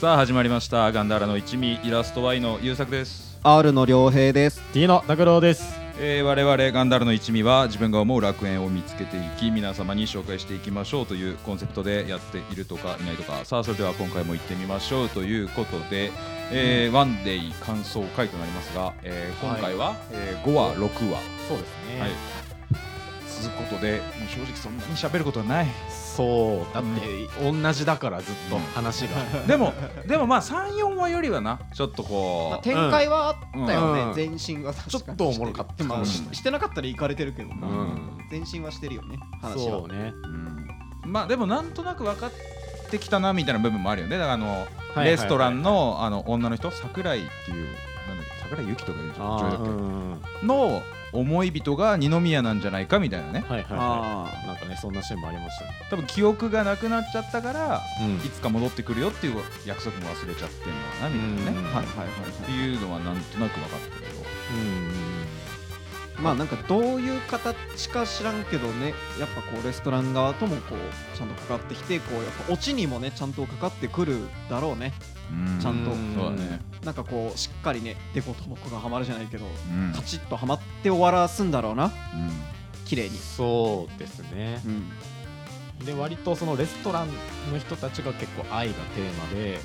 さあ始まりましたガンダーラの一味イラスト Y の優作です R の良平です。 D の拓郎です。えー、我々ガンダーラの一味は自分が思う楽園を見つけていき皆様に紹介していきましょうというコンセプトでやっているとかいないとかさあそれでは今回も行ってみましょうということで、えーワンデイ感想会となりますが、えー今回は、えー5話6話そうですねはいつうことでもう正直そんなに喋ることはないそう、だって、同じだから、ずっとうん話が。でもでもまあ34話よりはなちょっとこまあ、う展開はあったよね、うん全身は確かにちょっとおもろかったしてるまあ、しうんしてなかったら行かれてるけどな、うん全身はしてるよね話はそうね。うんまあでもなんとなく分かってきたなみたいな部分もあるよねだからあのいはいはいレストランのあの女の人桜井っていうなんだっけ桜井由紀とかいうあ女優ーだっうんけの思い人が二宮なんじゃないかみたいなねはいはいはあい。なんかね、そんなシーンもありましたね。多分記憶がなくなっちゃったからうんいつか戻ってくるよっていう約束も忘れちゃってんだなみたいなうんねはいはいはいっはていうのはなんとなく分かったけどいまあなんかどういう形か知らんけどねやっぱこうレストラン側ともこうちゃんとかかってきてこうやっぱオチにもねちゃんとかかってくるだろうねちゃんとそうだねなんかこうしっかりねデコとボコがはまるじゃないけどうんカチッとはまって終わらすんだろうな綺麗に、そうですねう。ん、で、割とそのレストランの人たちが結構愛がテーマで、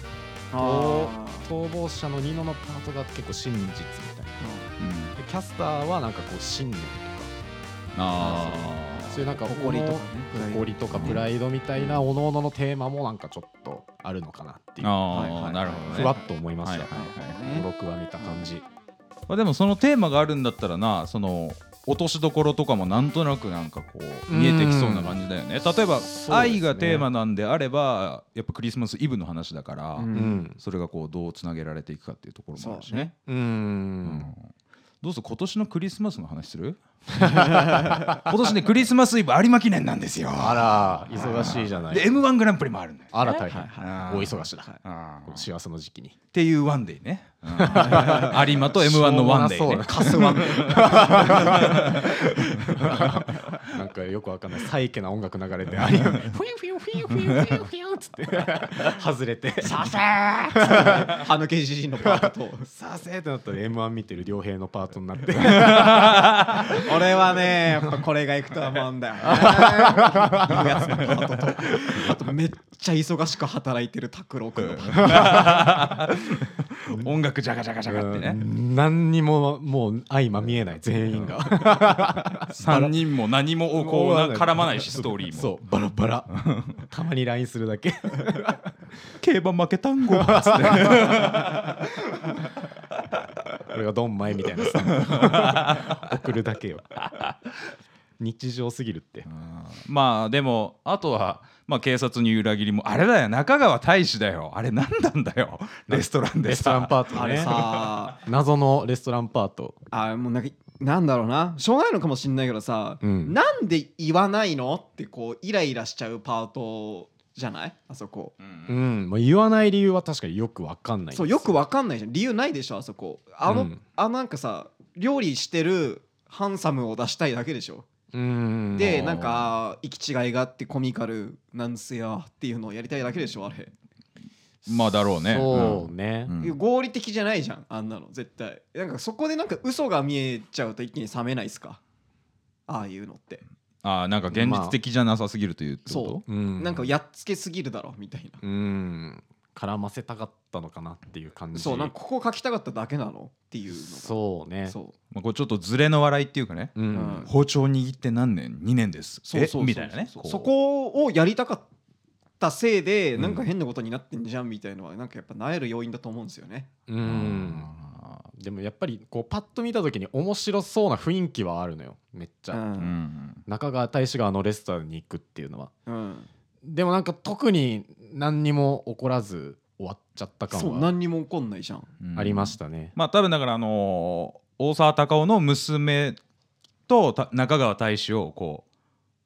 あ逃亡者のニノのパートが結構真実みたいな。ーうんで、キャスターはなんかこう、信念とあか、ーそういうなんか、誇りとかね誇りとかプライドみたいな、おのおののテーマもなんかちょっとあるのかなっていう。はいあはいはーいなるほどねふわっと思いました。はいはいはいね僕は見た感じ。まあ、でもそのテーマがあるんだったらなその落としどころとかもなんとなくなんかこう見えてきそうな感じだよねう例えんば、そうですね愛がテーマなんであればやっぱクリスマスイブの話だから、ううんん。それがこうどうつなげられていくかっていうところもあるしねう。うんんどうぞ今年のクリスマスの話する 今年ねクリスマスイブ有馬記念なんですよあら、忙しいじゃない。で m 1グランプリもあるんだよあら、大変。はいお忙しだ。あー幸せの時期に。っていうワンデイね、うん 有馬と m 1のワンデイ しょうねもなそうだカスワンデ イなんかよくわかんない、サイケな音楽流れて、あれ、 フィンフィンフィンフィンフィンフィンっつって、外れて、させー歯抜けじじいのパートとさせーってなったら、M1 見てる両平のパートになって、 俺はねやっぱこれがいくとは思うんだよ ねいうやつのパートとあとめっちゃ忙しく働いてる拓郎君のパート音楽ジャガジャガジャガってね、うん何にももう相ま見えない、全員が。 3人も何もこうな絡まないしストーリーもそうバラバラたまに LINE するだけ競馬負けたんご俺がドンマイみたいなスタンプ送るだけよ日常すぎるって まあでもあとは、まあ、警察に裏切りもあれだよ中川大志だよあれ何なんだよレストランでレストランさパートあれねさ謎のレストランパート あもうなんかなんだろうなしょうがないのかもしんないけどさ、うんなんで言わないのってこうイライラしちゃうパートじゃないあそこうんうんもう言わない理由は確かによくわかんないそうよくわかんないじゃん理由ないでしょあそこあの、うんあなんかさ料理してるハンサムを出したいだけでしょうんであーなんか行き違いがあってコミカルなんすよっていうのをやりたいだけでしょあれ、まあだろうねそうねうんうん合理的じゃないじゃんあんなの絶対なんかそこでなんか嘘が見えちゃうと一気に冷めないっすかああいうのって、ああなんか現実的じゃなさすぎるというってことそうんなんかやっつけすぎるだろみたいな、うん絡ませたかったのかなっていう感じそうなんかここ書きたかっただけなのっていうのがそうねそうまあ、これちょっとズレの笑いっていうかね、うんうん包丁握って何年2年ですそうそうそうえみたいなねそうこうそこをやりたかったせいでうんなんか変なことになってんじゃんみたいのはなんかやっぱなえる要因だと思うんですよね。ううんんでもやっぱりこうパッと見た時に面白そうな雰囲気はあるのよめっちゃ、うんうん中川大志があのレストランに行くっていうのはうん、でもなんか特に何にも起こらず終わっちゃった感そうは何にも起こんないじゃん。うんありましたね、まあ多分だからあのー大沢たかおの娘とた中川大志をこう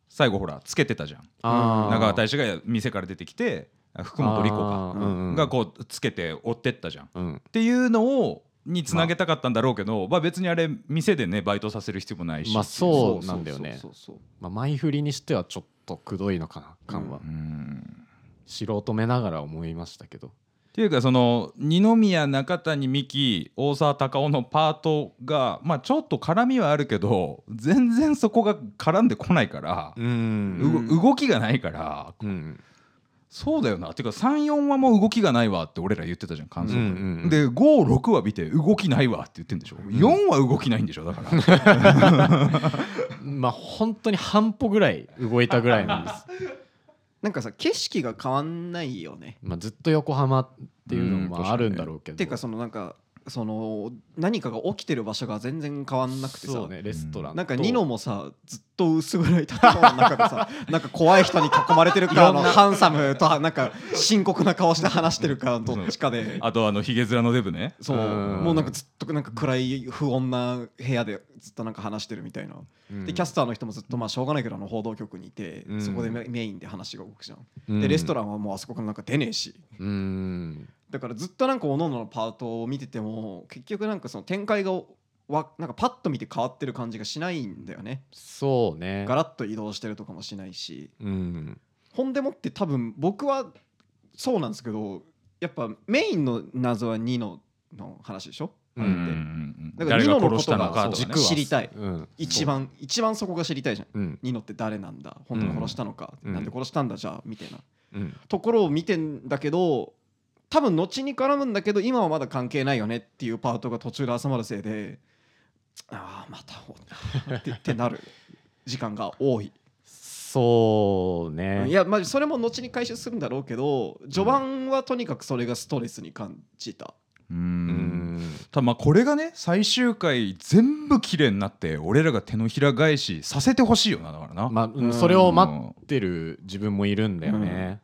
最後ほらつけてたじゃんあー中川大志が店から出てきて福本莉子あーうんうがんがこうつけて追ってったじゃんっうんていうのをにつなげたかったんだろうけど、まあ、別にあれ店でねバイトさせる必要もないし、まあそうなんだよねそうそうそうまあ、前振りにしてはちょっとくどいのかな感は、うん素人目ながら思いましたけどっていうかその二宮中谷美紀大沢たかおのパートが、まあ、ちょっと絡みはあるけど全然そこが絡んでこないから、うんうご動きがないからうんそうだよなっていうか34話も動きがないわって俺ら言ってたじゃん感想、うんうんうんで56話見て動きないわって言ってんでしょ、4話動きないんでしょだからまあ本当に半歩ぐらい動いたぐらいなんですなんかさ景色が変わんないよねまあ、ずっと横浜っていうのうんもま確かああにねるんだろうけど、っていうかそのなんかその何かが起きてる場所が全然変わんなくてさ、そうねレストランとなんかニノもさずっと薄暗い建物の中で さなんか怖い人に囲まれてるかあのハンサムとはなんか深刻な顔して話してるかどっちかであとあのヒゲ面のデブねそううんもうなんかずっとなんか暗い不穏な部屋でずっとなんか話してるみたいな、うんでキャスターの人もずっとまあしょうがないけどあの報道局にいて、うんそこでメメインで話が動くじゃん、うんでレストランはもうあそこからなんか出ねえしうんだからずっとなんかおのののパートを見てても結局なんかその展開がわなんかパッと見て変わってる感じがしないんだよねそうねガラッと移動してるとかもしないしうんほんでもって多分僕はそうなんですけどやっぱメインの謎はニノの話でしょ、うんあれってんだから誰が殺したのかニノのことがとそうかね軸知りたいうん一番一番そこが知りたいじゃんそううんニノって誰なんだ本当に殺したのか、うんなんで殺したんだじゃあみたいなうんところを見てんだけど多分後に絡むんだけど今はまだ関係ないよねっていうパートが途中で挟まるせいでああまたほってってなる時間が多いそうねいやまあそれも後に回収するんだろうけど序盤はとにかくそれがストレスに感じた、ううんんただまあこれがね最終回全部綺麗になって俺らが手のひら返しさせてほしいよなだからな、まあうんうんそれを待ってる自分もいるんだよね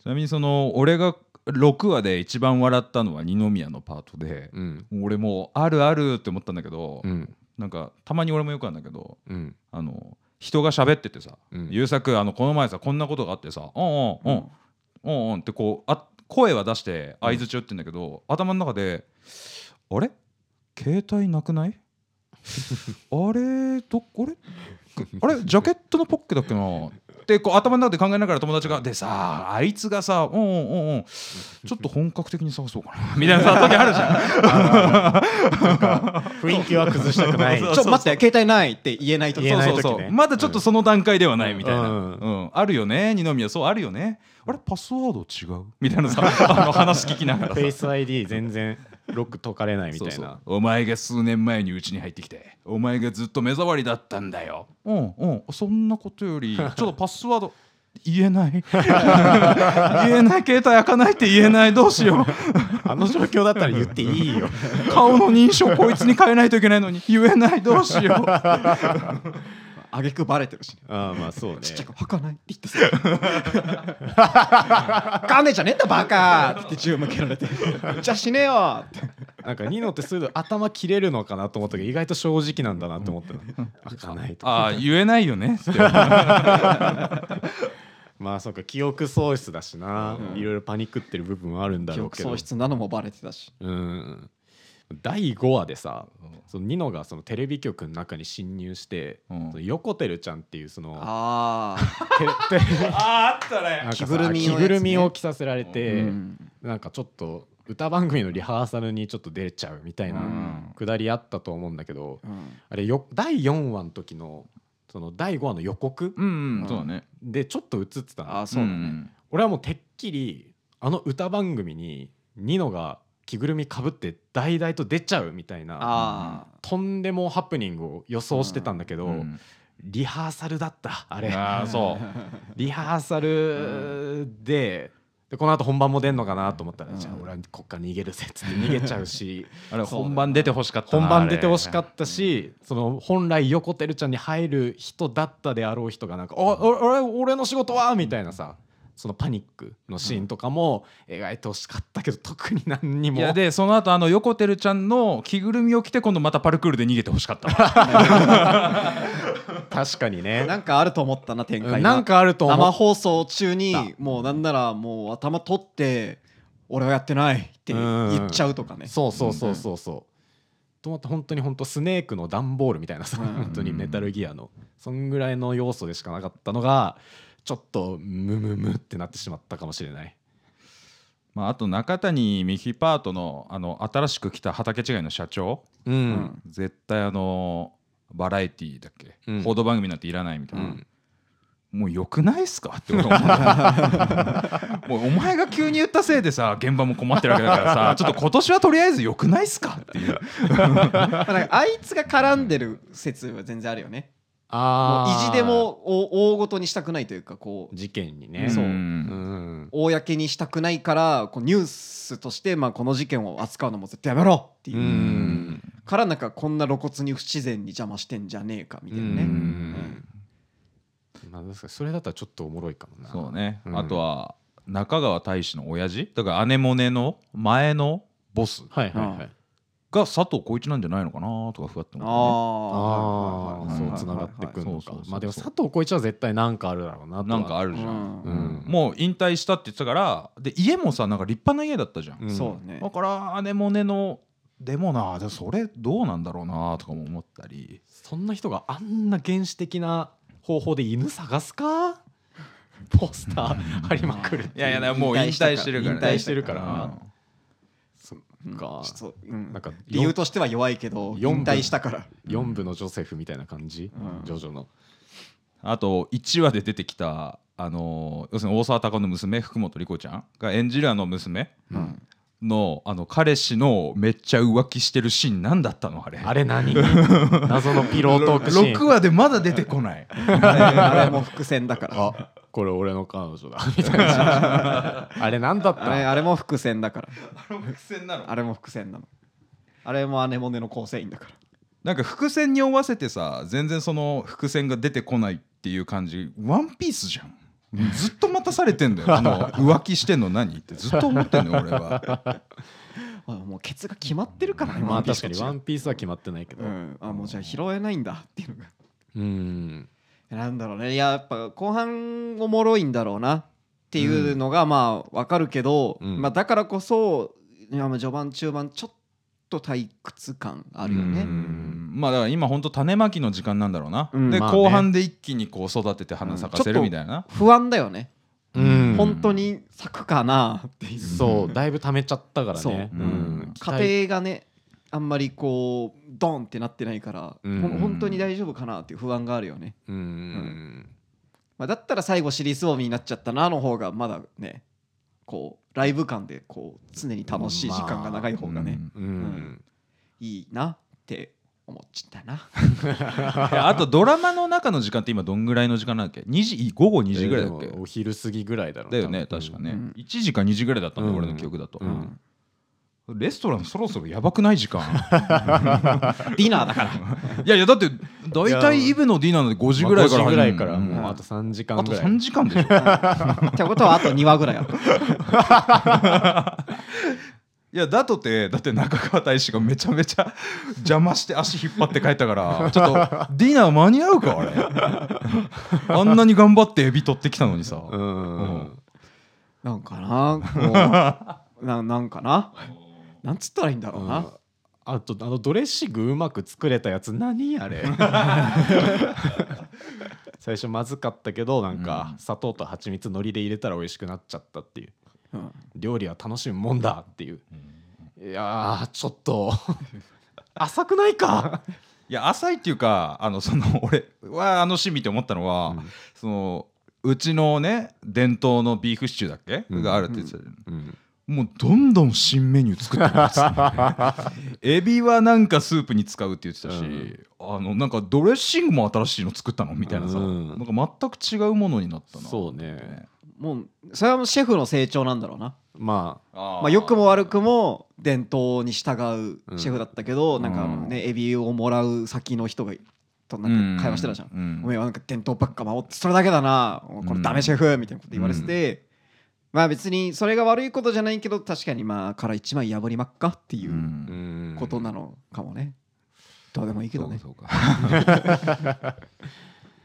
ちなみにその俺が6話で一番笑ったのは二宮のパートで、うん俺もうあるあるって思ったんだけど、うんなんかたまに俺もよくあるんだけどうんあの人が喋っててさうん優作あのこの前さこんなことがあってさ「うんうんうんうんうん」ってこうあ声は出して相づち打ってんだけど、頭の中で「あれ携帯なくないあれどこれあれジャケットのポッケだっけな?」ってこう頭の中で考えながら友達が「でさあいつがさうんうんうんうんちょっと本格的に探そうかな」みたいなさ時あるじゃん。雰囲気は崩した くないそうちょっと待って携帯ないって言えないと言えないそうそうそ時うねまだちょっとその段階ではないみたいな、ううんんあるよね二宮そうあるよねあれパスワード違うみたいなさ あの話聞きながらさフェイス ID 全然ロック解かれないみたいなそうそうお前が数年前にうちに入ってきてお前がずっと目障りだったんだようんうんそんなことよ りちょっとパスワード言えない 言えない携帯開かないって言えないどうしようあの状況だったら言っていいよ顔の認証こいつに変えないといけないのに言えないどうしよう あげくバレてるし、ね、 ああまあそうねちっちゃく「かない」って言ってさ「かねえじゃねえんだバカ!」って注向けられて「じゃあ死ねよ!」ってなんかニノってすぐ頭切れるのかなと思ったけど意外と正直なんだなと 思ったな開かないとああ言えないよねって まあそうか記憶喪失だしな、いろいろパニックってる部分はあるんだ記ろう憶けど喪失なのもバレてたしうん第5話でさ、そのニノがそのテレビ局の中に侵入して、うんそのヨコテルちゃんっていうそのああテ レテレビあああったねなんかさ着ぐるみのやつね着ぐるみを着させられて、うんなんかちょっと歌番組のリハーサルにちょっと出ちゃうみたいうんなくだりあったと思うんだけど、うんあれよ第4話の時のその第5話の予告うん、うん、そうだねでちょっと映ってたのああそうだねん俺はもうてっきりあの歌番組にニノが着ぐるみかぶって大々と出ちゃうみたいなああとんでもハプニングを予想してたんだけど、うんリハーサルだったあれああそうリハーサルで,、でこの後本番も出んのかなと思ったら、うんじゃあ俺はこっから逃げるぜっつって逃げちゃうし あれ本番出てほしかったな本番出てほしかっったしその本来横てるちゃんに入る人だったであろう人がなんか「おお俺俺の仕事は!」みたいなさそのパニックのシーンとかも描いてほしかったけど特に何にたもいやでその後あの横てるちゃんの着ぐるみを着て今度またパルクールで逃げてほしかったわ確かに なねんかあると思ったな展開がなんかあると思生っ放送中にもうなんならもう頭取って俺はやってないってうん言っちゃうとかねそうそうそうそうそう、と思って本当に本当スネークの段ボールみたいなさ、うん本当にメタルギアのそんぐらいの要素でしかなかったのがちょっとムムムってなってしまったかもしれない まあ、あと中谷美希パートのあの新しく来た畑違いの社長うん、ん絶対あのバラエティーだっけ、うん報道番組なんていらないみたういな、んもうよくないっすかって俺は 思うもうお前が急に言ったせいでさ現場も困ってるわけだからさちょっと今年はとりあえずよくないっすかっていうまあなんかあいつが絡んでる説は全然あるよねもうあ意ー地でもを大ごとにしたくないというかこう事件にねそううん公にしたくないからこうニュースとしてまあこの事件を扱うのも絶対やめろっていううんからなんかこんな露骨に不自然に邪魔してんじゃねえかみたいなうねんまあ、確かにそれだったらちょっとおもろいかもなそうね、うんあとは中川大志の親父だから姉もねの前のボスはいはいはいが佐藤浩市なんじゃないのかなとかふわって思っああああはいはいはいそうはいつながってくんそうのそうそかうそうまあでも佐藤浩市は絶対なんかあるだろうたなとねはなんかあるじゃん、うんもう引退したって言ってたからで家もさなんか立派な家だったじゃん、んそうねだから姉もねのでもなでもそれどうなんだろうなとかも思ったりそんな人があんな原始的な方法で犬探すかポスター貼りまくるっていやいやもう引退してるからね引退してるからそっうんかちょっとうんなんか理由としては弱いけど四引分退したから4部のジョセフみたいな感じうんジョジョのあと1話で出てきたあの要するに大沢たかおの娘福本莉子ちゃんが演じるあの娘うんのあの彼氏のめっちゃ浮気してるシーン何だったのあれあれ何謎のピロートークシーン6話でまだ出てこないあれも伏線だからあこれ俺の彼女だ みたいなあれ何だっあれたあれも伏線だから伏線なのあれも伏線なのあれも姉もねの構成員だからなんか伏線に追わせてさ全然その伏線が出てこないっていう感じワンピースじゃんずっと待たされてんだ よあの浮気してんの何ってずっと思ってんのよ俺はあもうケツが決まってるからねまあワンピー確スかとに違うワンピースは決まってないけどうん、あもうじゃあ拾えないんだっていうのがうんなんだろうねいややっぱ後半おもろいんだろうなっていうのがまあわかるけど、うんまあ、だからこそいやまあ序盤中盤ちょっと退屈感あるようね。んまあだから今ほんと種まきの時間なんだろうな、うんで、まあね後半で一気にこう育てて花咲かせるみたいな、不安だよね、うん本当に咲くかなっていうそうだいぶ溜めちゃったからそうねうんん期待家庭がねあんまりこうドンってなってないから、うんほん本当に大丈夫かなっていう不安があるよね、うんまあ、だったら最後シリーズボミになっちゃったなの方がまだねこうライブ感でこう常に楽しい時間が長い方がね、うんうんうんいいなって思っちゃったな。 いやあとドラマの中の時間って今どんぐらいの時間なんだっけ2時午後2時ぐらいだっけ、えーでもお昼過ぎぐらいだろうだよね確かね、うん1時か2時ぐらいだったんだ、うん俺の記憶だと、うんレストランそろそろやばくない時間 ディナーだから。いやいやだって大体イブのディナーなんで5時ぐらいから5時ぐらいかうらんもうあと3時間あぐとらい3時間 でしょってことはあと2話ぐらいあった。いやだとてだって中川大志がめちゃめちゃ邪魔して足引っ張って帰ったからちょっとディナー間に合うかあ れあんなに頑張ってエビ取ってきたのにさ、うんなんかなこうななんかななんつったらいいんだろうな。あとあのドレッシングうまく作れたやつ何あれ最初まずかったけどなんかうん砂糖と蜂蜜海苔で入れたら美味しくなっちゃったっていううん料理は楽しむもんだっていういやーちょっと浅くないかいや浅いっていうかあのその俺はあのシーン見て思ったのは、そのうちのね伝統のビーフシチューだっけ、うんがあるって言ってたじゃんうんもうどんどん新メニュー作ってくるんですよ エビはなんかスープに使うって言ってたし、あのなんかドレッシングも新しいの作ったのみたいなさ、うんなんか全く違うものになったなそうねもうそれはもうシェフの成長なんだろうな。まあーまあ良くも悪くも伝統に従うシェフだったけど、うんなんかねエビをもらう先の人がとなんか会話してたじゃん。うんおめえはなんか伝統ばっか守ってそれだけだなおいこれダメシェフみたいなこと言われてて、まあ別にそれが悪いことじゃないけど確かにまあから一枚破りまっかっていううんあことなのかもね、どうでもいいけどねそうかそうか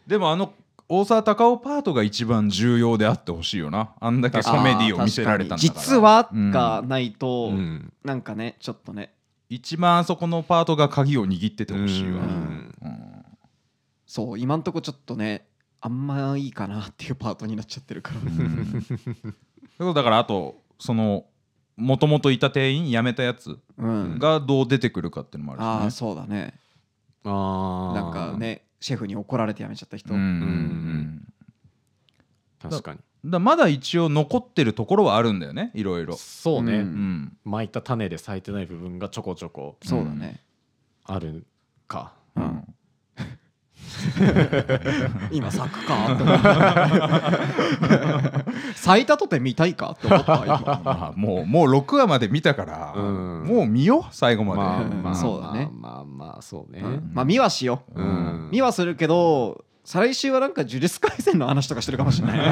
でもあの大沢たかおパートが一番重要であってほしいよなあんだけコメディを見せられたんだから実はうんがないと、うんなんかねちょっとね一番あそこのパートが鍵を握っててほしいわ、うんうんそう今んとこちょっとねあんまいいかなっていうパートになっちゃってるから、うん、だからあとそのもともといた店員辞めたやつうんがどう出てくるかっていうのもあるああし、ねそうだねあなんーかねシェフに怒られて辞めちゃった人、うんうん確かにうん、だまだ一応残ってるところはあるんだよねいろいろ、そうね、うんうん巻いた種で咲いてない部分がちょこちょこそうだね、あるかうん うん今咲くかって思った咲いたとて見たいかって思った今まあ、もうもう6話まで見たから、うんもう見よう最後まで、まあうんまあそうだねまあまあまあそうね、うんまあ見はしよう、うん見はするけど再来週はなんか呪術廻戦の話とかしてるかもしれないな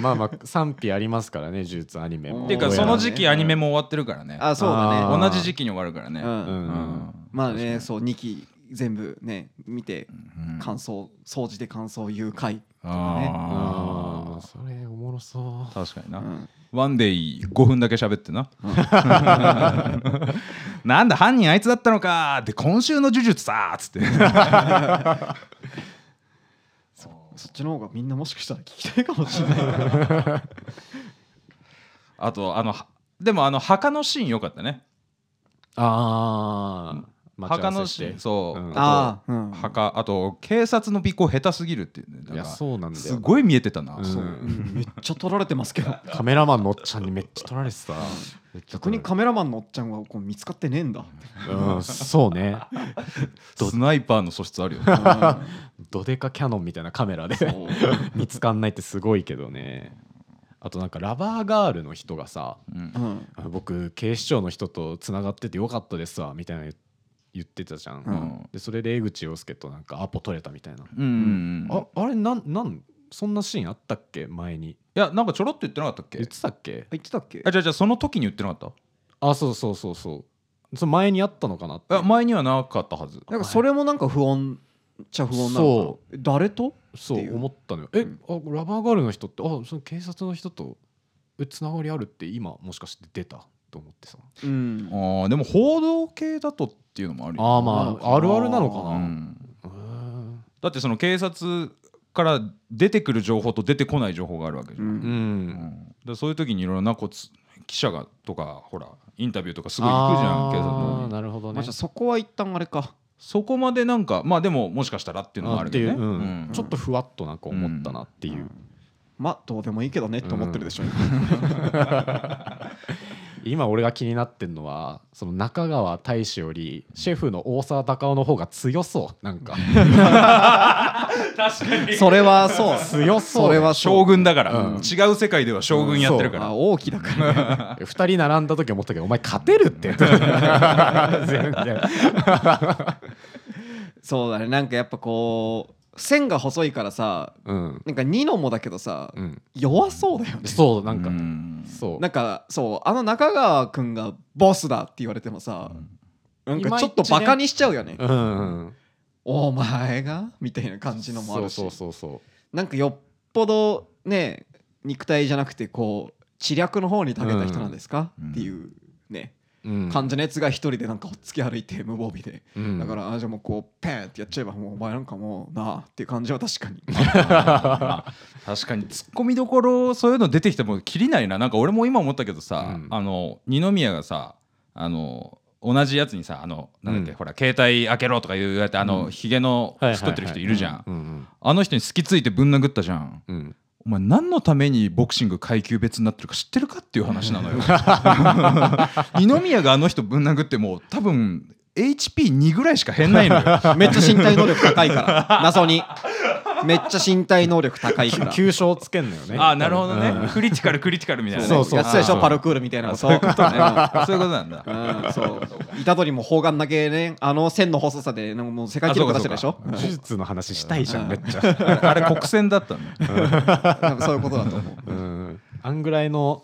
まあまあ賛否ありますからね呪術アニメっもていうかうんその時期アニメも終わってるからねあそうだねあー同じ時期に終わるからね、うんうんまあねそう2期全部ね見てうん感想掃除で感想誘拐あああそれおもろそー確かにな、うんワンデイ5分だけ喋ってな。 なんだ犯人あいつだったのかで今週の呪術さっつって。そっちの方がみんなもしかしたら聞きたいかもしれないから あとあのはでもあの墓のシーンよかったね。うああ墓のシーンそう。うんあああ、うんと、墓あと警察の尾行下手すぎるっていうね。いなやんかそうなんだよすごい見えてたな。そううんめっちゃ撮られてますけどカメラマンのおっちゃんにめっちゃ撮られてた逆にカメラマンのおっちゃんはこう見つかってねえんだうんそうねスナイパーの素質あるよ、 ね。ドデカキャノンみたいなカメラでそう 見つかんないってすごいけどねあとなんかラバーガールの人がさうんうんあ僕警視庁の人とつながっててよかったですわみたいな言言ってたじゃん、うんでそれで江口洋介となんかアポ取れたみたいな、うんうんうん、いああれなんなんそんなシーンあったっけ前にやなんかちょろっと言ってなかったっ言っけてたっけ言ってたっけあじゃあじゃあその時に言ってなかっあそうそうそうそうその前にあったのかなってたいや前にはなかったはずなんかそれもなんか不穏っちゃ不穏なのそかな誰とそっていうう思ったのよえ、うんあラバーガールの人ってあその警察の人とえつながりあるって今もしかして出たと思ってさうんあーでも報道系だとっていうのもあるよあなあのまかなああるあるなのかうなんうんだってその警察から出てくる情報と出てこない情報があるわけじうゃん、うんうんんだからそういう時にいろいろなこうつ記者がとかほらインタビューとかすごい行くじゃん警察のあーなるほどまねあじゃあそこは一旦あれかそこまでなんかまあでももしかしたらっていうのもあるけどねあっていううんうんちょっとふわっとなんか思ったなっていう、まあどうでもいいけどねって思ってるでしょ今俺が気になってんのはその中川大志よりシェフの大沢たかおの方が強そうなんか それはそう強そうそれは将軍だから、うん違う世界では将軍やってるから、あ大きだからね2人並んだ時思ったけどお前勝てるって全然そうだねなんかやっぱこう線が細いからさうんなんかニノもだけどさうん弱そうだよねそうなんか、うんそうなんかそうあの中川君がボスだって言われてもさなんかちょっとバカにしちゃうよねうんうんお前がみたいな感じのもあるしそうそうそうなんかよっぽどね肉体じゃなくてこう知略の方に長けた人なんですか、うんっていうねそう、うん、患者のやつが一人でなんかおっつき歩いて無防備で、うんだからあじゃあもうこうペンってやっちゃえばもうお前なんかもうなあっていう感じは確 かに確かにツッコミどころそういうの出てきてもきりないななんか俺も今思ったけどさ、うんあの二宮がさあの同じやつにさあのなんだっけ、うんほら携帯開けろとか言われてあの、うんひげのはいはいはい太ってる人いるじゃん、うんあの人に好きついてぶん殴ったじゃんうんうんお前何のためにボクシング階級別になってるか知ってるかっていう話なの よ二宮があの人ぶん殴っても多分 HP2 ぐらいしか減んないのよめっちゃ身体能力高いから謎にめっちゃ身体能力高いから急所をつけんのよ ねああなるほどね、うんクリティカルクリティカルみたいなねそうそうやってたでしょそうパルクールみたいなことそういうことねそういうことなんだうん、そう虎取も砲丸投げねあの線の細さでなんかもう世界記録出してるでしょ手術の話したいじゃうんんめっちゃ あれ国選だったの多分そういうことだと思ううんあんぐらいの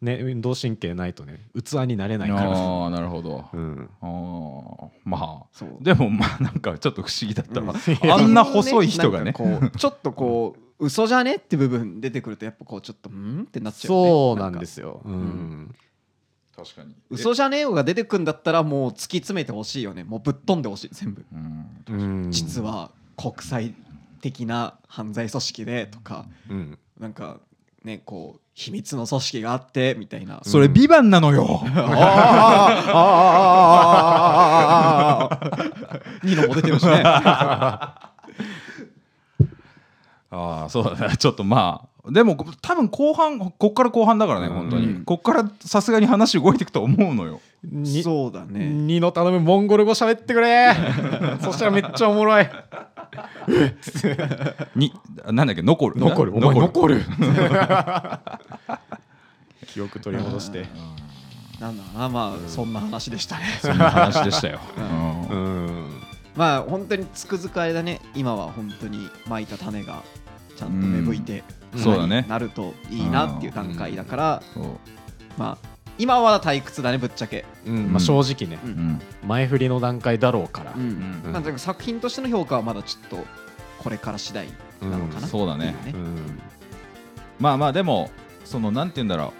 ね、運動神経ないとね器になれないからさ、ああなるほど、うん、ああまあそうでもまあなんかちょっと不思議だったわ、うんあんな細い人がね自分のなんかこうちょっとこう嘘じゃねって部分出てくるとやっぱこうちょっとうんってなっちゃうよねそうなんですすよ、う、うん確かに嘘じゃねえよが出てくんだったらもう突き詰めてほしいよねもうぶっ飛んでほしい全部うんうん実、は国際的な犯罪組織でとかうん、なんかねこう秘密の組織があってみたいなそれ「ビバンなのよニノも出てるしね ああそうだねちょっとまあでも多分後半ここっから後半だからねうん本当に、うんこっからさすがに話動いていくと思うのよにそうだねニノ頼むモンゴル語喋ってく れそしたらめっちゃおもろいになんだっけ残る残るお前残る 記憶取り戻してなんだろうなまあそんな話でしたねそんな話でしたよ、うんうんまあ本当につくづくあれだね今は本当にまいた種がちゃんと芽吹いて、うんそうだね花になるといいなっていう段階だから、そうまあ今は退屈だねぶっちゃけ、うんまあ、正直ね、ううん前振りの段階だろうから、んなんとなく作品としての評価はまだちょっとこれから次第なのかな、うんそうだねっていうんまあまあでもそのなんて言うんだろ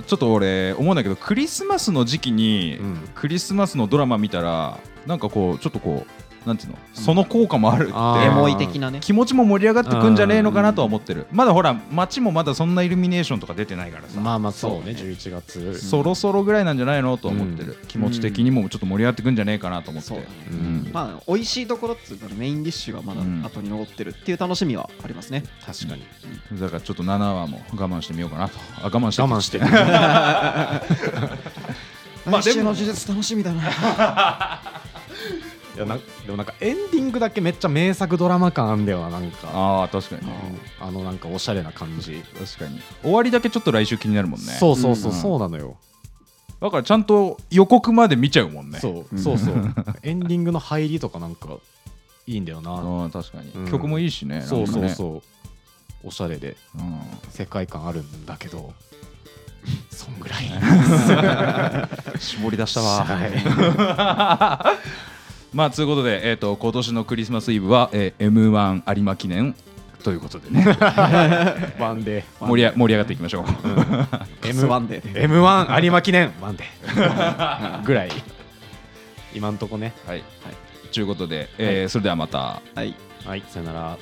うちょっと俺思うんだけどクリスマスの時期にうんクリスマスのドラマ見たらなんかこうちょっとこうなんていうのその効果もあるあエーっモい的なねて気持ちも盛り上がってくんじゃねえのかなとは思ってるまだほら街もまだそんなイルミネーションとか出てないからさ、まあまあそうねそう11月そろそろぐらいなんじゃないのと思ってる、気持ち的にもちょっと盛り上がってくんじゃねえかなと思ってそうだねうんまあ美味しいところっつうかメインディッシュがまだうん後に残ってるっていう楽しみはありますね、確かにだからちょっと7話も我慢してみようかなとあ我慢して我慢してるまあでも来週の呪術楽しみだないやなでもなんかエンディングだけめっちゃ名作ドラマ感あんだよななんかああ確かにねあのなんかおしゃれな感じ、確かに終わりだけちょっと来週気になるもんねそうそうそううんそうなのよ、だからちゃんと予告まで見ちゃうもんね そうそうそうエンディングの入りとかなんかいいんだよな、うん確かに、うん曲もいいしねそうそうう、そうおしゃれでうん、世界観あるんだ けどそんぐらい 絞り出した わはまあということで、えー、と今年のクリスマスイブは、えー、m 1有馬記念 ということでねい ワンデー盛りあ盛り上がっていきま しょう m 1で M1 有馬記念ワンデーぐらい今んとこねはい、ということで、えーそれではまたはいはいさよなら